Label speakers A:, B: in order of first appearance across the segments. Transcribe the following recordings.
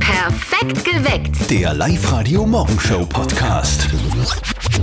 A: Perfekt geweckt.
B: Der Live-Radio-Morgenshow-Podcast.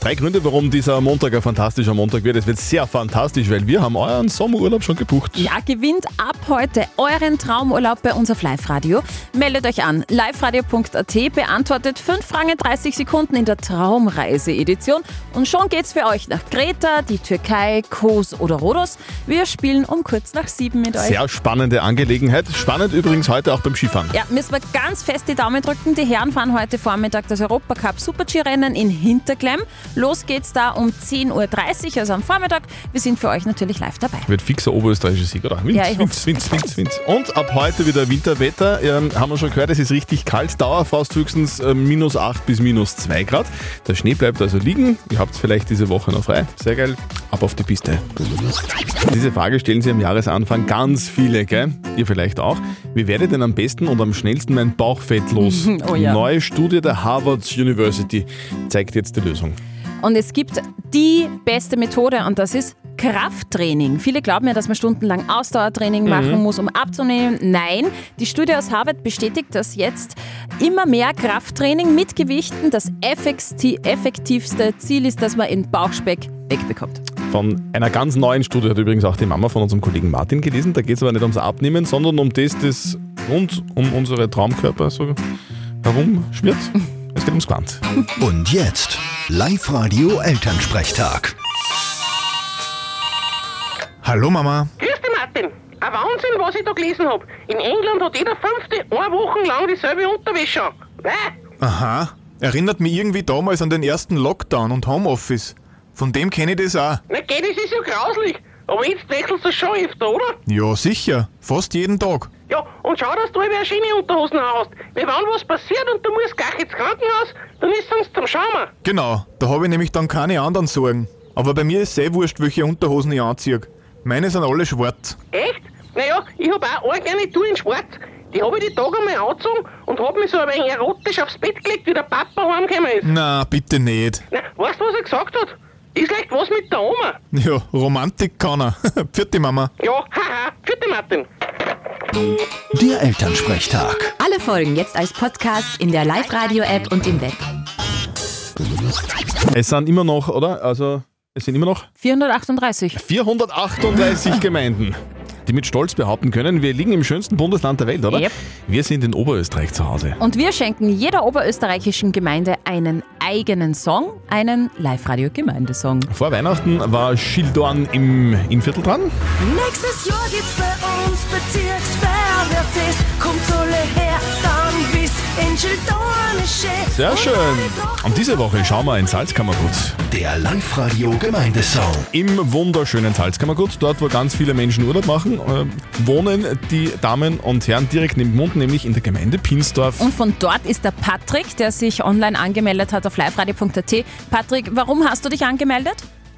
C: Drei Gründe, warum dieser Montag ein fantastischer Montag wird. Es wird sehr fantastisch, weil wir haben euren Sommerurlaub schon gebucht.
D: Ja, gewinnt ab heute euren Traumurlaub bei uns auf Live-Radio. Meldet euch an, liveradio.at, beantwortet 5 Fragen in 30 Sekunden in der Traumreise-Edition. Und schon geht's für euch nach Kreta, die Türkei, Kos oder Rhodos. Wir spielen um kurz nach sieben mit euch.
C: Sehr spannende Angelegenheit. Spannend übrigens heute auch beim Skifahren.
D: Ja, müssen wir ganz fest die Daumen drücken. Die Herren fahren heute Vormittag das Europacup Super-G-Rennen in Hinterklemm. Los geht's da um 10.30 Uhr, also am Vormittag. Wir sind für euch natürlich live dabei.
C: Wird fixer oberösterreichischer Sieg, oder? Winz,
D: Ja, ich
C: Winz, Winz, Winz, Winz. Und ab heute wieder Winterwetter. Ähm, haben wir schon gehört, es ist richtig kalt. Dauerfrost höchstens äh, minus 8 bis minus 2 Grad. Der Schnee bleibt also liegen. Ihr habt vielleicht diese Woche noch frei. Sehr geil. Ab auf die Piste. Diese Frage stellen Sie am Jahresanfang ganz viele, gell? Ihr vielleicht auch. Wie werde ich denn am besten und am schnellsten mein Bauchfett los?
D: Oh ja.
C: Neue Studie der Harvard University zeigt jetzt die Lösung.
D: Und es gibt die beste Methode und das ist Krafttraining. Viele glauben ja, dass man stundenlang Ausdauertraining machen muss, um abzunehmen. Nein, die Studie aus Harvard bestätigt, dass jetzt immer mehr Krafttraining mit Gewichten das effekti- effektivste Ziel ist, dass man in Bauchspeck wegbekommt.
C: Von einer ganz neuen Studie hat übrigens auch die Mama von unserem Kollegen Martin gelesen. Da geht es aber nicht ums Abnehmen, sondern um das, das rund um unsere Traumkörper so herumschwirrt. Es geht ums Quant.
B: Und jetzt Live-Radio-Elternsprechtag.
E: Hallo Mama.
F: Grüß dich, Martin. Ein Wahnsinn, was ich da gelesen hab. In England hat jeder Fünfte eine Woche lang dieselbe Unterwäsche an. Wei,
E: Aha. Erinnert mich irgendwie damals an den ersten Lockdown und Homeoffice. Von dem kenne ich das auch.
F: na geh, das ist ja grauslich. Aber jetzt wechselst du schon öfter, oder?
E: Ja, sicher. Fast jeden Tag.
F: Ja, und schau, dass du immer eine schöne Unterhosen hast. Weil wenn was passiert und du musst gleich ins Krankenhaus, dann ist sonst zum Schaumer.
E: Genau, da habe ich nämlich dann keine anderen Sorgen. Aber bei mir ist eh wurscht, welche Unterhosen ich anziehe. Meine sind alle schwarz.
F: Echt? Naja, ich hab auch eine Garnitur in Schwarz. Die hab ich die Tage einmal angezogen und hab mich so ein wenig erotisch aufs Bett gelegt, wie der Papa heimgekommen ist.
E: Na, bitte nicht.
F: Na, weißt du, was er gesagt hat? Ist leicht was mit der Oma.
E: Ja, Romantik kann er. Vierte Mama.
F: Ja, haha, für dich, Martin.
B: Der Elternsprechtag.
G: Alle Folgen jetzt als Podcast in der Live-Radio-App und im Web.
C: Es sind immer noch, oder? Also, es sind immer noch
D: 438.
C: 438 Gemeinden, die mit Stolz behaupten können, wir liegen im schönsten Bundesland der Welt, oder?
D: Yep.
C: Wir sind in Oberösterreich zu Hause.
D: Und wir schenken jeder oberösterreichischen Gemeinde einen eigenen Song, einen Live-Radio-Gemeindesong.
C: Vor Weihnachten war Schildorn im Innviertel dran.
H: Nächstes Jahr gibt's bei uns Bezirksfeuerwehrfest. Kommt alle her, dann wisst in Schildorn ist schön.
C: Sehr
H: Und
C: schön.
H: alle
C: Und diese Woche schauen wir in Salzkammergut.
B: Der Live-Radio-Gemeindesong.
C: im wunderschönen Salzkammergut, dort wo ganz viele Menschen Urlaub machen, äh, wohnen die Damen und Herren direkt neben Mund, nämlich in der Gemeinde Pinsdorf.
D: Und von dort ist der Patrick, der sich online angemeldet hat auf liveradio.at. Patrick, warum hast du dich angemeldet?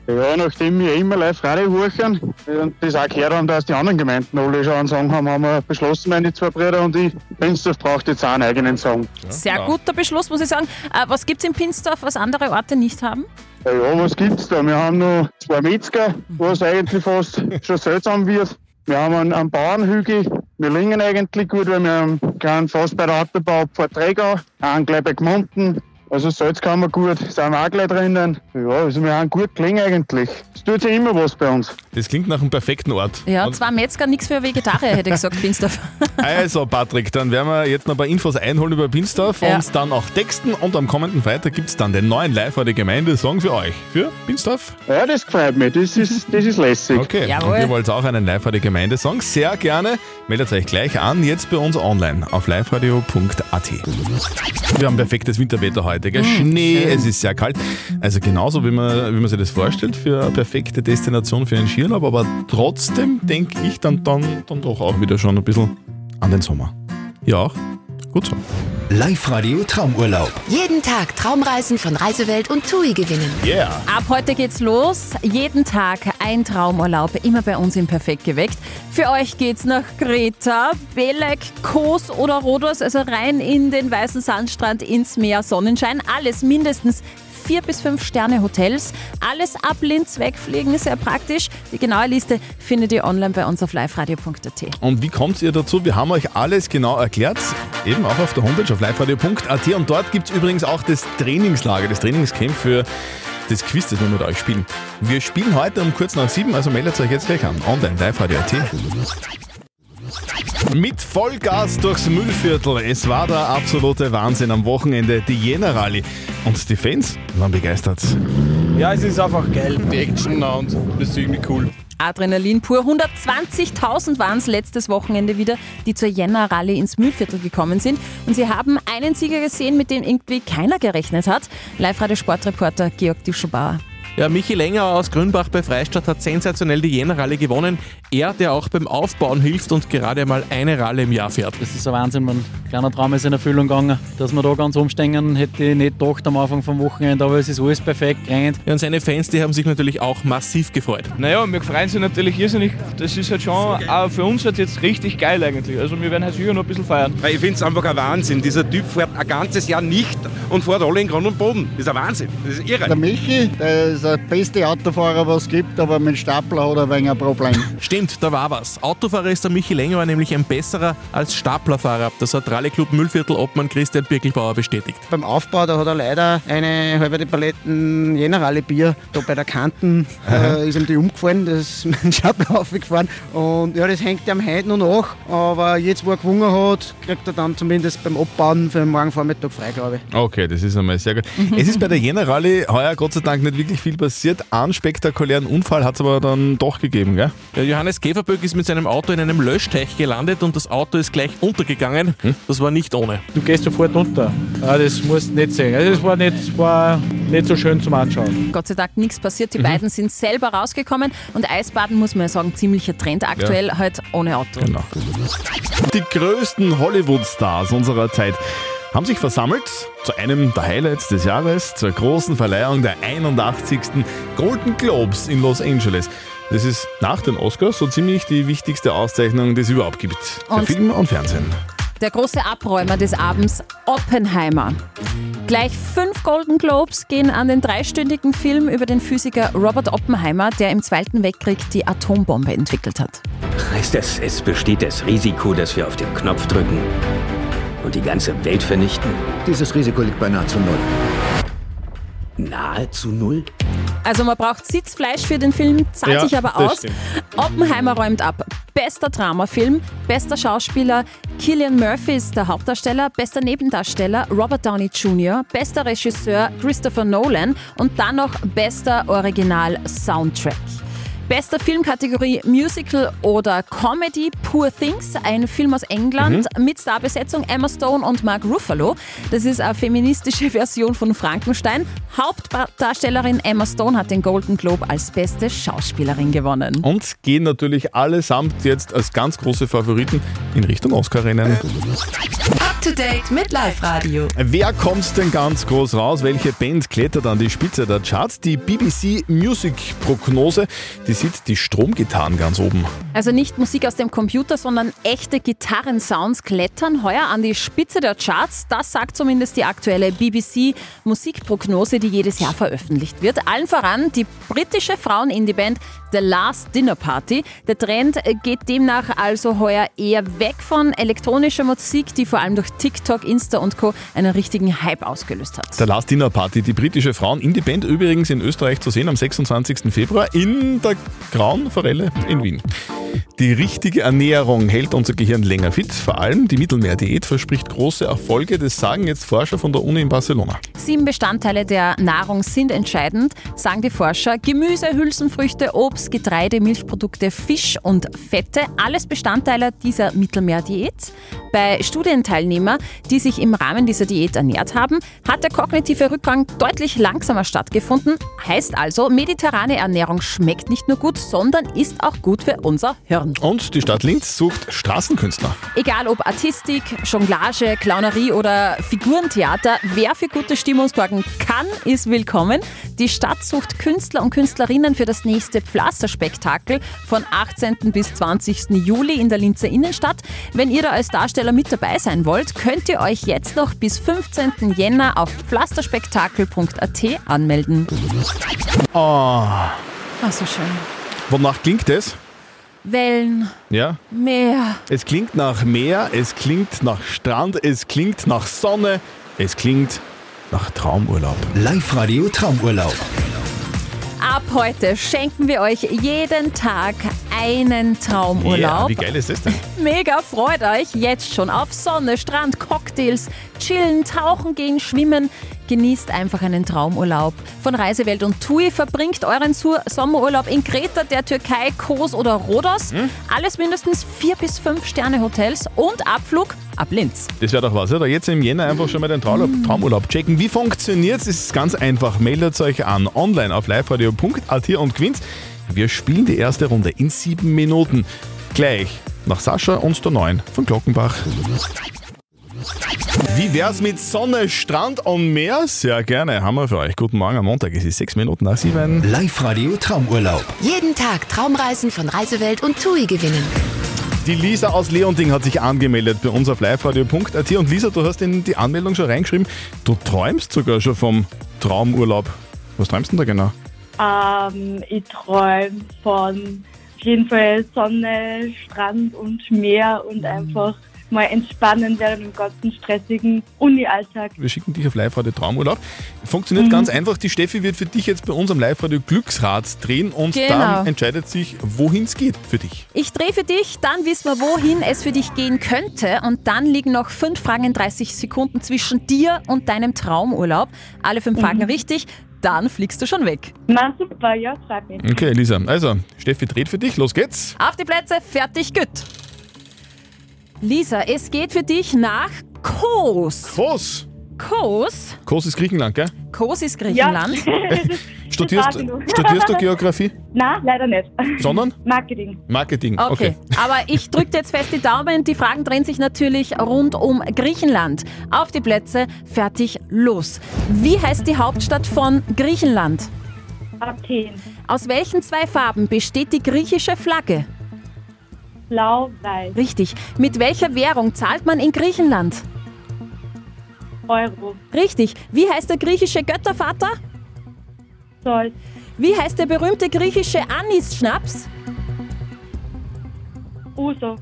I: Ja, nachdem wir immer live Radiowochen und das auch gehört haben, dass die anderen Gemeinden alle schon einen Song haben, haben wir beschlossen, meine zwei Brüder und ich, Pinsdorf braucht jetzt auch einen eigenen Song.
D: Sehr
C: genau.
D: guter Beschluss, muss ich sagen. Äh, was gibt es in Pinsdorf, was andere Orte nicht haben?
I: Ja, ja, was gibt's da? Wir haben noch zwei Metzger, was eigentlich fast schon seltsam wird. Wir haben einen, einen Bauernhügel, wir liegen eigentlich gut, weil wir haben keinen fast bei der Autobau vor Trägau, einen gleich bei Gmunden. Also Salz kann man gut, sind wir auch gleich drinnen. Ja, also wir haben gut gelingen eigentlich. Es tut sich immer was bei uns.
C: Das klingt nach einem perfekten Ort.
D: Ja,
C: Und-
D: zwei Metzger, nichts für Vegetarier, hätte ich gesagt, Pinsdorf.
C: Also Patrick, dann werden wir jetzt noch ein paar Infos einholen über Pinsdorf
D: Ja.
C: und dann auch texten und am kommenden Freitag gibt es dann den neuen live der Gemeinde Song für euch. Für Pinsdorf?
I: Ja, das gefällt mich, das ist, das ist lässig.
C: Okay.
D: Jawohl.
C: Und ihr wollt auch einen live der Gemeinde Song? Sehr gerne. Meldet euch gleich an, jetzt bei uns online auf liveradio.at. Wir haben perfektes Winterwetter heute. Gell? Schnee, es ist sehr kalt. Also genauso, wie man, wie man sich das vorstellt, für eine perfekte Destination für einen Skiurlaub. Aber trotzdem denke ich dann, dann, dann doch auch wieder schon ein bisschen an den Sommer. Ja, auch. Gut so.
B: Live-Radio Traumurlaub.
G: Jeden Tag Traumreisen von Reisewelt und TUI gewinnen.
C: Yeah.
D: Ab heute geht's los. Jeden Tag ein Traumurlaub, immer bei uns im Perfekt geweckt. Für euch geht's nach Kreta, Belek, Kos oder Rhodos, also rein in den weißen Sandstrand, ins Meer, Sonnenschein. Alles mindestens vier bis fünf Sterne Hotels. Alles ab Linz wegfliegen, sehr praktisch. Die genaue Liste findet ihr online bei uns auf liveradio.at.
C: Und wie kommt ihr dazu? Wir haben euch alles genau erklärt, eben auch auf der Homepage auf liveradio.at und dort gibt es übrigens auch das Trainingslager, das Trainingscamp für das Quiz, das wir mit euch spielen. Wir spielen heute um kurz nach sieben, also meldet euch jetzt gleich an. Online, liveradio.at. Mit Vollgas durchs Müllviertel. Es war der absolute Wahnsinn am Wochenende, die Jena Rallye. Und die Fans waren begeistert.
A: Ja, es ist einfach geil. Die Action und das ist irgendwie cool.
D: Adrenalin pur. 120.000 waren es letztes Wochenende wieder, die zur Jänner-Rallye ins Mühlviertel gekommen sind. Und sie haben einen Sieger gesehen, mit dem irgendwie keiner gerechnet hat. Live-Radio-Sportreporter Georg Dischelbauer.
J: Ja, Michi Länger aus Grünbach bei Freistadt hat sensationell die Jena-Ralle gewonnen. Er, der auch beim Aufbauen hilft und gerade mal eine Ralle im Jahr fährt.
K: Das ist ein Wahnsinn, mein kleiner Traum ist in Erfüllung gegangen. Dass wir da ganz umstehen, hätte ich nicht gedacht am Anfang vom Wochenende, aber es ist alles perfekt gerannt.
J: Ja, und seine Fans, die haben sich natürlich auch massiv gefreut.
A: Naja, wir freuen sich natürlich irrsinnig. Das ist halt schon auch für uns halt jetzt richtig geil eigentlich. Also wir werden halt sicher noch ein bisschen feiern.
L: Weil ich finde es einfach ein Wahnsinn. Dieser Typ fährt ein ganzes Jahr nicht und fährt alle in Grund und Boden. Das ist ein Wahnsinn. Das ist irre.
M: Der Michi, der ist der beste Autofahrer, was es gibt, aber mit Stapler hat er wegen ein Problem.
J: Stimmt, da war was. Autofahrer ist der Michi Länger nämlich ein besserer als Staplerfahrer. Das hat Rallyclub Müllviertel Obmann Christian Birkelbauer bestätigt.
N: Beim Aufbau, da hat er leider eine halbe die Paletten Generale Bier da bei der Kanten äh, ist ihm die umgefallen, das ist mit dem Stapler aufgefahren und ja, das hängt ihm heute noch nach, aber jetzt, wo er gewungen hat, kriegt er dann zumindest beim Abbauen für den morgen Vormittag frei, glaube ich.
C: Okay, das ist einmal sehr gut.
J: Mhm.
C: es ist bei der Jena Rallye heuer Gott sei Dank nicht wirklich viel passiert. Einen spektakulären Unfall hat es aber dann doch gegeben, gell?
J: Der Johannes Käferböck ist mit seinem Auto in einem Löschteich gelandet und das Auto ist gleich untergegangen. Hm? Das war nicht ohne.
K: Du gehst sofort unter. Ah, das musst du nicht sehen. Also das war nicht, war nicht so schön zum Anschauen.
D: Gott sei Dank nichts passiert. Die beiden sind selber rausgekommen und Eisbaden, muss man ja sagen, ziemlicher Trend aktuell,
C: Ja.
D: halt ohne Auto.
C: Genau. Die größten Hollywood-Stars unserer Zeit haben sich versammelt zu einem der Highlights des Jahres, zur großen Verleihung der 81. Golden Globes in Los Angeles. Das ist nach den Oscars so ziemlich die wichtigste Auszeichnung, die es überhaupt gibt. Für
D: Und-
C: Film und Fernsehen.
D: Der große Abräumer des Abends, Oppenheimer. Gleich fünf Golden Globes gehen an den dreistündigen Film über den Physiker Robert Oppenheimer, der im Zweiten Weltkrieg die Atombombe entwickelt hat.
O: Heißt das, es besteht das Risiko, dass wir auf den Knopf drücken und die ganze Welt vernichten? Dieses Risiko liegt bei nahezu null. Nahezu null?
D: Also man braucht Sitzfleisch für den Film, zahlt
O: Ja,
D: sich aber
O: das
D: aus.
O: stimmt.
D: Oppenheimer räumt ab. Bester Dramafilm, bester Schauspieler, Killian Murphy ist der Hauptdarsteller, bester Nebendarsteller Robert Downey Jr., bester Regisseur Christopher Nolan und dann noch bester Original-Soundtrack. Bester Filmkategorie Musical oder Comedy Poor Things, ein Film aus England mit Starbesetzung Emma Stone und Mark Ruffalo. Das ist eine feministische Version von Frankenstein. Hauptdarstellerin Emma Stone hat den Golden Globe als beste Schauspielerin gewonnen.
C: Und gehen natürlich allesamt jetzt als ganz große Favoriten in Richtung Oscar-Rennen.
G: Up to date mit Live Radio.
C: Wer kommt denn ganz groß raus? Welche Band klettert an die Spitze der Charts? Die BBC Music Prognose, die sieht die Stromgitarren ganz oben.
D: Also nicht Musik aus dem Computer, sondern echte Gitarrensounds klettern heuer an die Spitze der Charts. Das sagt zumindest die aktuelle BBC Musikprognose, die jedes Jahr veröffentlicht wird. Allen voran die britische Frauen-Indie-Band The Last Dinner Party. Der Trend geht demnach also heuer eher weg von elektronischer Musik, die vor allem durch TikTok, Insta und Co. einen richtigen Hype ausgelöst hat.
C: Der Last Dinner Party, die britische Frauen Indie Band übrigens in Österreich zu sehen am 26. Februar in der Grauen Forelle in Wien. Die richtige Ernährung hält unser Gehirn länger fit. Vor allem die Mittelmeerdiät verspricht große Erfolge. Das sagen jetzt Forscher von der Uni in Barcelona.
D: Sieben Bestandteile der Nahrung sind entscheidend, sagen die Forscher. Gemüse, Hülsenfrüchte, Obst, Getreide, Milchprodukte, Fisch und Fette, alles Bestandteile dieser Mittelmeerdiät. Bei Studienteilnehmern, die sich im Rahmen dieser Diät ernährt haben, hat der kognitive Rückgang deutlich langsamer stattgefunden. Heißt also, mediterrane Ernährung schmeckt nicht nur gut, sondern ist auch gut für unser Hirn.
C: Und die Stadt Linz sucht Straßenkünstler.
D: Egal ob Artistik, Jonglage, Clownerie oder Figurentheater, wer für gute Stimmung sorgen kann, ist willkommen. Die Stadt sucht Künstler und Künstlerinnen für das nächste Pfla Wasserspektakel von 18. bis 20. Juli in der Linzer Innenstadt. Wenn ihr da als Darsteller mit dabei sein wollt, könnt ihr euch jetzt noch bis 15. Jänner auf pflasterspektakel.at anmelden.
C: Oh.
D: Ach so schön.
C: Wonach klingt es?
D: Wellen,
C: Ja.
D: Meer.
C: Es klingt nach Meer, es klingt nach Strand, es klingt nach Sonne, es klingt nach Traumurlaub.
B: Live-Radio Traumurlaub.
D: Ab heute schenken wir euch jeden Tag einen
C: Ja,
D: Traumurlaub.
C: wie geil ist das denn?
D: Mega freut euch jetzt schon auf Sonne, Strand, Cocktails, chillen, tauchen gehen, schwimmen. Genießt einfach einen Traumurlaub. Von Reisewelt und TUI verbringt euren Su- Sommerurlaub in Kreta, der Türkei, Kos oder Rhodos.
C: Hm?
D: Alles mindestens vier bis fünf Sterne Hotels und Abflug ab Linz.
C: Das wäre doch was, oder? Jetzt im Jänner einfach schon mal den Traumurlaub, Traumurlaub checken. Wie funktioniert es? Ist ganz einfach. Meldet euch an online auf liveradio.at und gewinnt. Wir spielen die erste Runde in sieben Minuten. Gleich nach Sascha und der Neuen von Glockenbach. Wie wär's mit Sonne, Strand und Meer? Sehr gerne, haben wir für euch. Guten Morgen am Montag, es ist sechs Minuten nach sieben.
B: Live-Radio Traumurlaub.
G: Jeden Tag Traumreisen von Reisewelt und TUI gewinnen.
C: Die Lisa aus Leonding hat sich angemeldet bei uns auf liveradio.at und Lisa, du hast in die Anmeldung schon reingeschrieben, du träumst sogar schon vom Traumurlaub. Was träumst du denn da genau?
P: Ähm, ich träume von auf jeden Fall Sonne, Strand und Meer
H: Mhm.
P: und einfach mal entspannen während dem ganzen stressigen Uni-Alltag.
C: Wir schicken dich auf Live-Radio Traumurlaub. Funktioniert ganz einfach. Die Steffi wird für dich jetzt bei uns am Live-Radio Glücksrad drehen und
D: Genau.
C: dann entscheidet sich, wohin es geht für dich.
D: Ich drehe für dich, dann wissen wir, wohin es für dich gehen könnte. Und dann liegen noch fünf Fragen in 30 Sekunden zwischen dir und deinem Traumurlaub. Alle fünf Fragen richtig, dann fliegst du schon weg.
P: Na super, ja, freut mich.
C: Okay, Lisa. Also, Steffi dreht für dich. Los geht's.
D: Auf die Plätze, fertig, gut. Lisa, es geht für dich nach Kos.
C: Kos?
D: Kos?
C: Kurs ist Griechenland, gell?
D: Kos ist Griechenland.
C: Studierst,
P: weiß ich noch.
C: studierst du Geografie?
P: Na, leider nicht.
C: Sondern?
P: Marketing.
C: Marketing. Okay.
D: aber ich drücke jetzt fest die Daumen. Die Fragen drehen sich natürlich rund um Griechenland. Auf die Plätze, fertig, los. Wie heißt die Hauptstadt von Griechenland?
P: Athen.
D: Aus welchen zwei Farben besteht die griechische Flagge?
P: Blau-Weiß.
D: Richtig. Mit welcher Währung zahlt man in Griechenland?
P: Euro.
D: Richtig. Wie heißt der griechische Göttervater?
P: Zeus.
D: Wie heißt der berühmte griechische Anis-Schnaps?
P: Uso.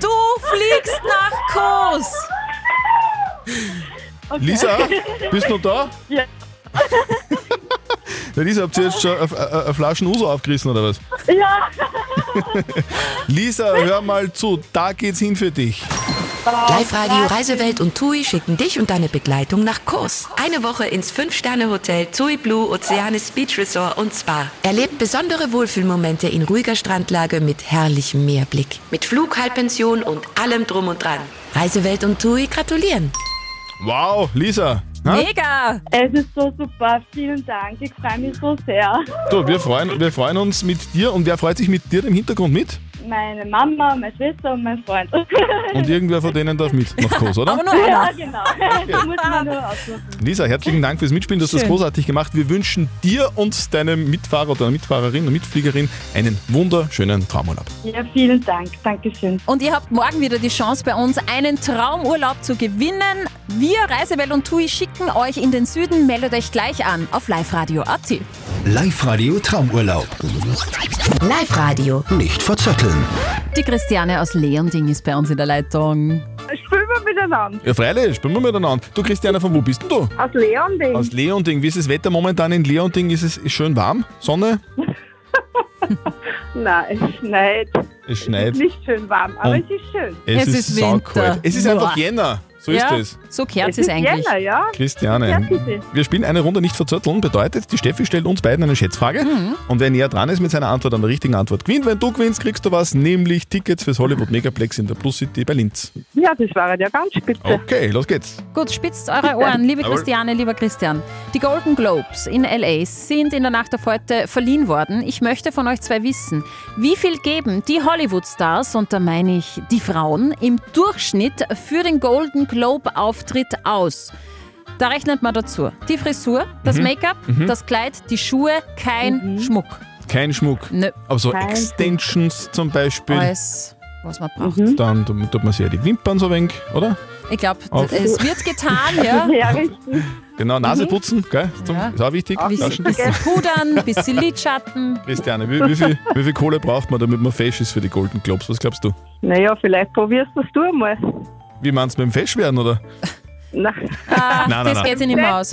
D: Du fliegst nach Kos.
C: Lisa, bist du noch da?
P: Ja.
C: Na, Lisa, habt ihr jetzt schon äh, eine- eine eine Flasche Uso aufgerissen oder was?
P: Ja.
C: Lisa, hör mal zu. Da geht's hin für dich.
G: Live-Radio Reisewelt und TUI schicken dich und deine Begleitung nach Kos. Eine Woche ins 5-Sterne-Hotel TUI Blue Oceanis Beach Resort und Spa. Erlebt besondere Wohlfühlmomente in ruhiger Strandlage mit herrlichem Meerblick. Mit Flug, Halbpension und allem Drum und Dran. Reisewelt und TUI gratulieren.
C: Wow, Lisa. ha?
D: Mega!
P: Es ist so super. Vielen Dank. Ich freue mich so sehr.
C: Du, wir freuen, wir freuen uns mit dir und wer freut sich mit dir im Hintergrund mit?
P: Meine Mama, meine Schwester und mein Freund.
C: Und irgendwer von denen darf mit nach Kurs, oder?
P: Ja, genau. Das muss man nur aussuchen.
C: Lisa, herzlichen Dank fürs Mitspielen, du hast das
P: Schön.
C: großartig gemacht. Wir wünschen dir und deinem Mitfahrer oder Mitfahrerin und Mitfliegerin einen wunderschönen Traumurlaub.
P: Ja, vielen Dank. Dankeschön.
D: Und ihr habt morgen wieder die Chance, bei uns einen Traumurlaub zu gewinnen. Wir, Reisewelt und TUI, schicken euch in den Süden. Meldet euch gleich an auf liveradio.at.
B: Live-Radio Traumurlaub.
G: Live-Radio.
B: Nicht verzetteln.
D: Die Christiane aus Leonding ist bei uns in der Leitung.
Q: Spielen wir miteinander.
C: Ja, freilich, spielen wir miteinander. Du, Christiane, von wo bist denn du?
Q: Aus Leonding.
C: Aus Leonding. Wie ist das Wetter momentan in Leonding? Ist es ist schön warm? Sonne?
Q: Nein, es schneit.
C: Es
Q: Es
C: schneit.
Q: ist nicht schön warm, aber
C: Und
Q: es ist schön.
C: Es, ist, saukalt. Es ist einfach Jänner. So
Q: Ja,
C: ist es.
D: So
Q: Es ist Jänner, ja. Ja,
C: Christiane,
Q: bitte.
C: wir spielen eine Runde nicht verzötteln. Bedeutet, die Steffi stellt uns beiden eine Schätzfrage. Und wer näher dran ist mit seiner Antwort an der richtigen Antwort gewinnt. Wenn du gewinnst, kriegst du was, nämlich Tickets fürs Hollywood Megaplex in der Plus City bei Linz.
Q: Ja, das war ja ganz spitze.
C: Okay, los geht's.
D: Gut, spitzt eure Ohren, liebe
C: Jawohl.
D: Christiane, lieber Christian. Die Golden Globes in LA sind in der Nacht auf heute verliehen worden. Ich möchte von euch zwei wissen, wie viel geben die Hollywood-Stars, und da meine ich die Frauen, im Durchschnitt für den Golden Globe-Auftritt aus. Da rechnet man dazu. Die Frisur, das
C: Mhm.
D: Make-up,
C: Mhm.
D: das Kleid, die Schuhe, kein
Q: Mhm.
D: Schmuck.
C: Kein Schmuck.
D: Nö.
C: Aber so
D: Kein
C: Extensions zum Beispiel.
D: Alles, was man braucht.
C: Dann tu- tut man sich ja die Wimpern so ein wenig, oder?
D: Ich glaube,
C: Auf.
D: es wird getan, ja.
C: Ja,
D: richtig.
C: Genau, Nase
D: Mhm.
C: putzen, gell? Zum,
D: Ja.
C: Ist auch wichtig.
D: Bisschen,
C: Taschen-
D: bisschen pudern, bisschen Lidschatten.
C: Christiane, wie, wie, viel, wie viel Kohle braucht man, damit man fesch ist für die Golden Globes? Was glaubst du?
P: Naja, vielleicht probierst du es du einmal.
C: Wie meinst du mit dem Fesch werden, oder?
P: Nein.
D: Ah,
C: Nein, nein,
D: das
C: nein.
D: geht sich nicht mehr aus.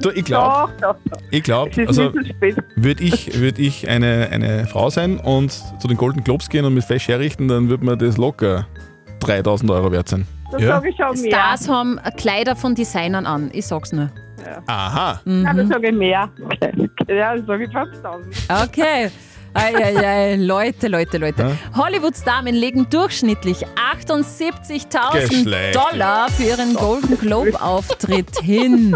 C: Du, ich glaube,
P: Doch, doch.
C: ich glaube,
P: Es ist
C: also
P: nicht zu spät.
C: würde ich, würd ich eine, eine Frau sein und zu den Golden Globes gehen und mit Fesch herrichten, dann würde mir das locker 3000 Euro wert sein.
D: Stars haben Kleider von Designern an, ich sag's nur.
C: Aha.
P: Nein, das sage ich mehr. Ja, das sage ich 5000.
C: Ah,
D: Okay. Eieiei, Leute, Leute, Leute. Hollywood-Damen legen durchschnittlich 78.000
C: Geschlecht.
D: Dollar für ihren Golden Globe-Auftritt hin.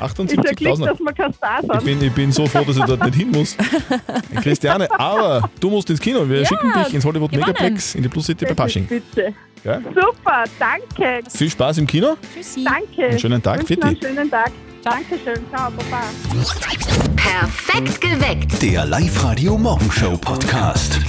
P: Ist ja Glück,
C: 78.000
P: dass wir kein Star
C: Ich
P: sind.
C: bin, ich bin so froh, dass ich dort nicht hin muss. Christiane, aber du musst ins Kino. Wir
P: Ja,
C: schicken dich ins Hollywood
P: gewonnen.
C: Megaplex in die Plus City bei
P: Das
C: Pasching.
P: ist Bitte.
C: Gell?
P: Super, danke.
C: Viel Spaß im Kino.
D: Tschüssi.
P: Danke.
C: Einen schönen Tag,
P: Wünschen noch einen
C: Fitti.
P: schönen Tag. Dankeschön. Ciao, Baba.
G: Perfekt geweckt.
B: Der Live-Radio Morgenshow Podcast.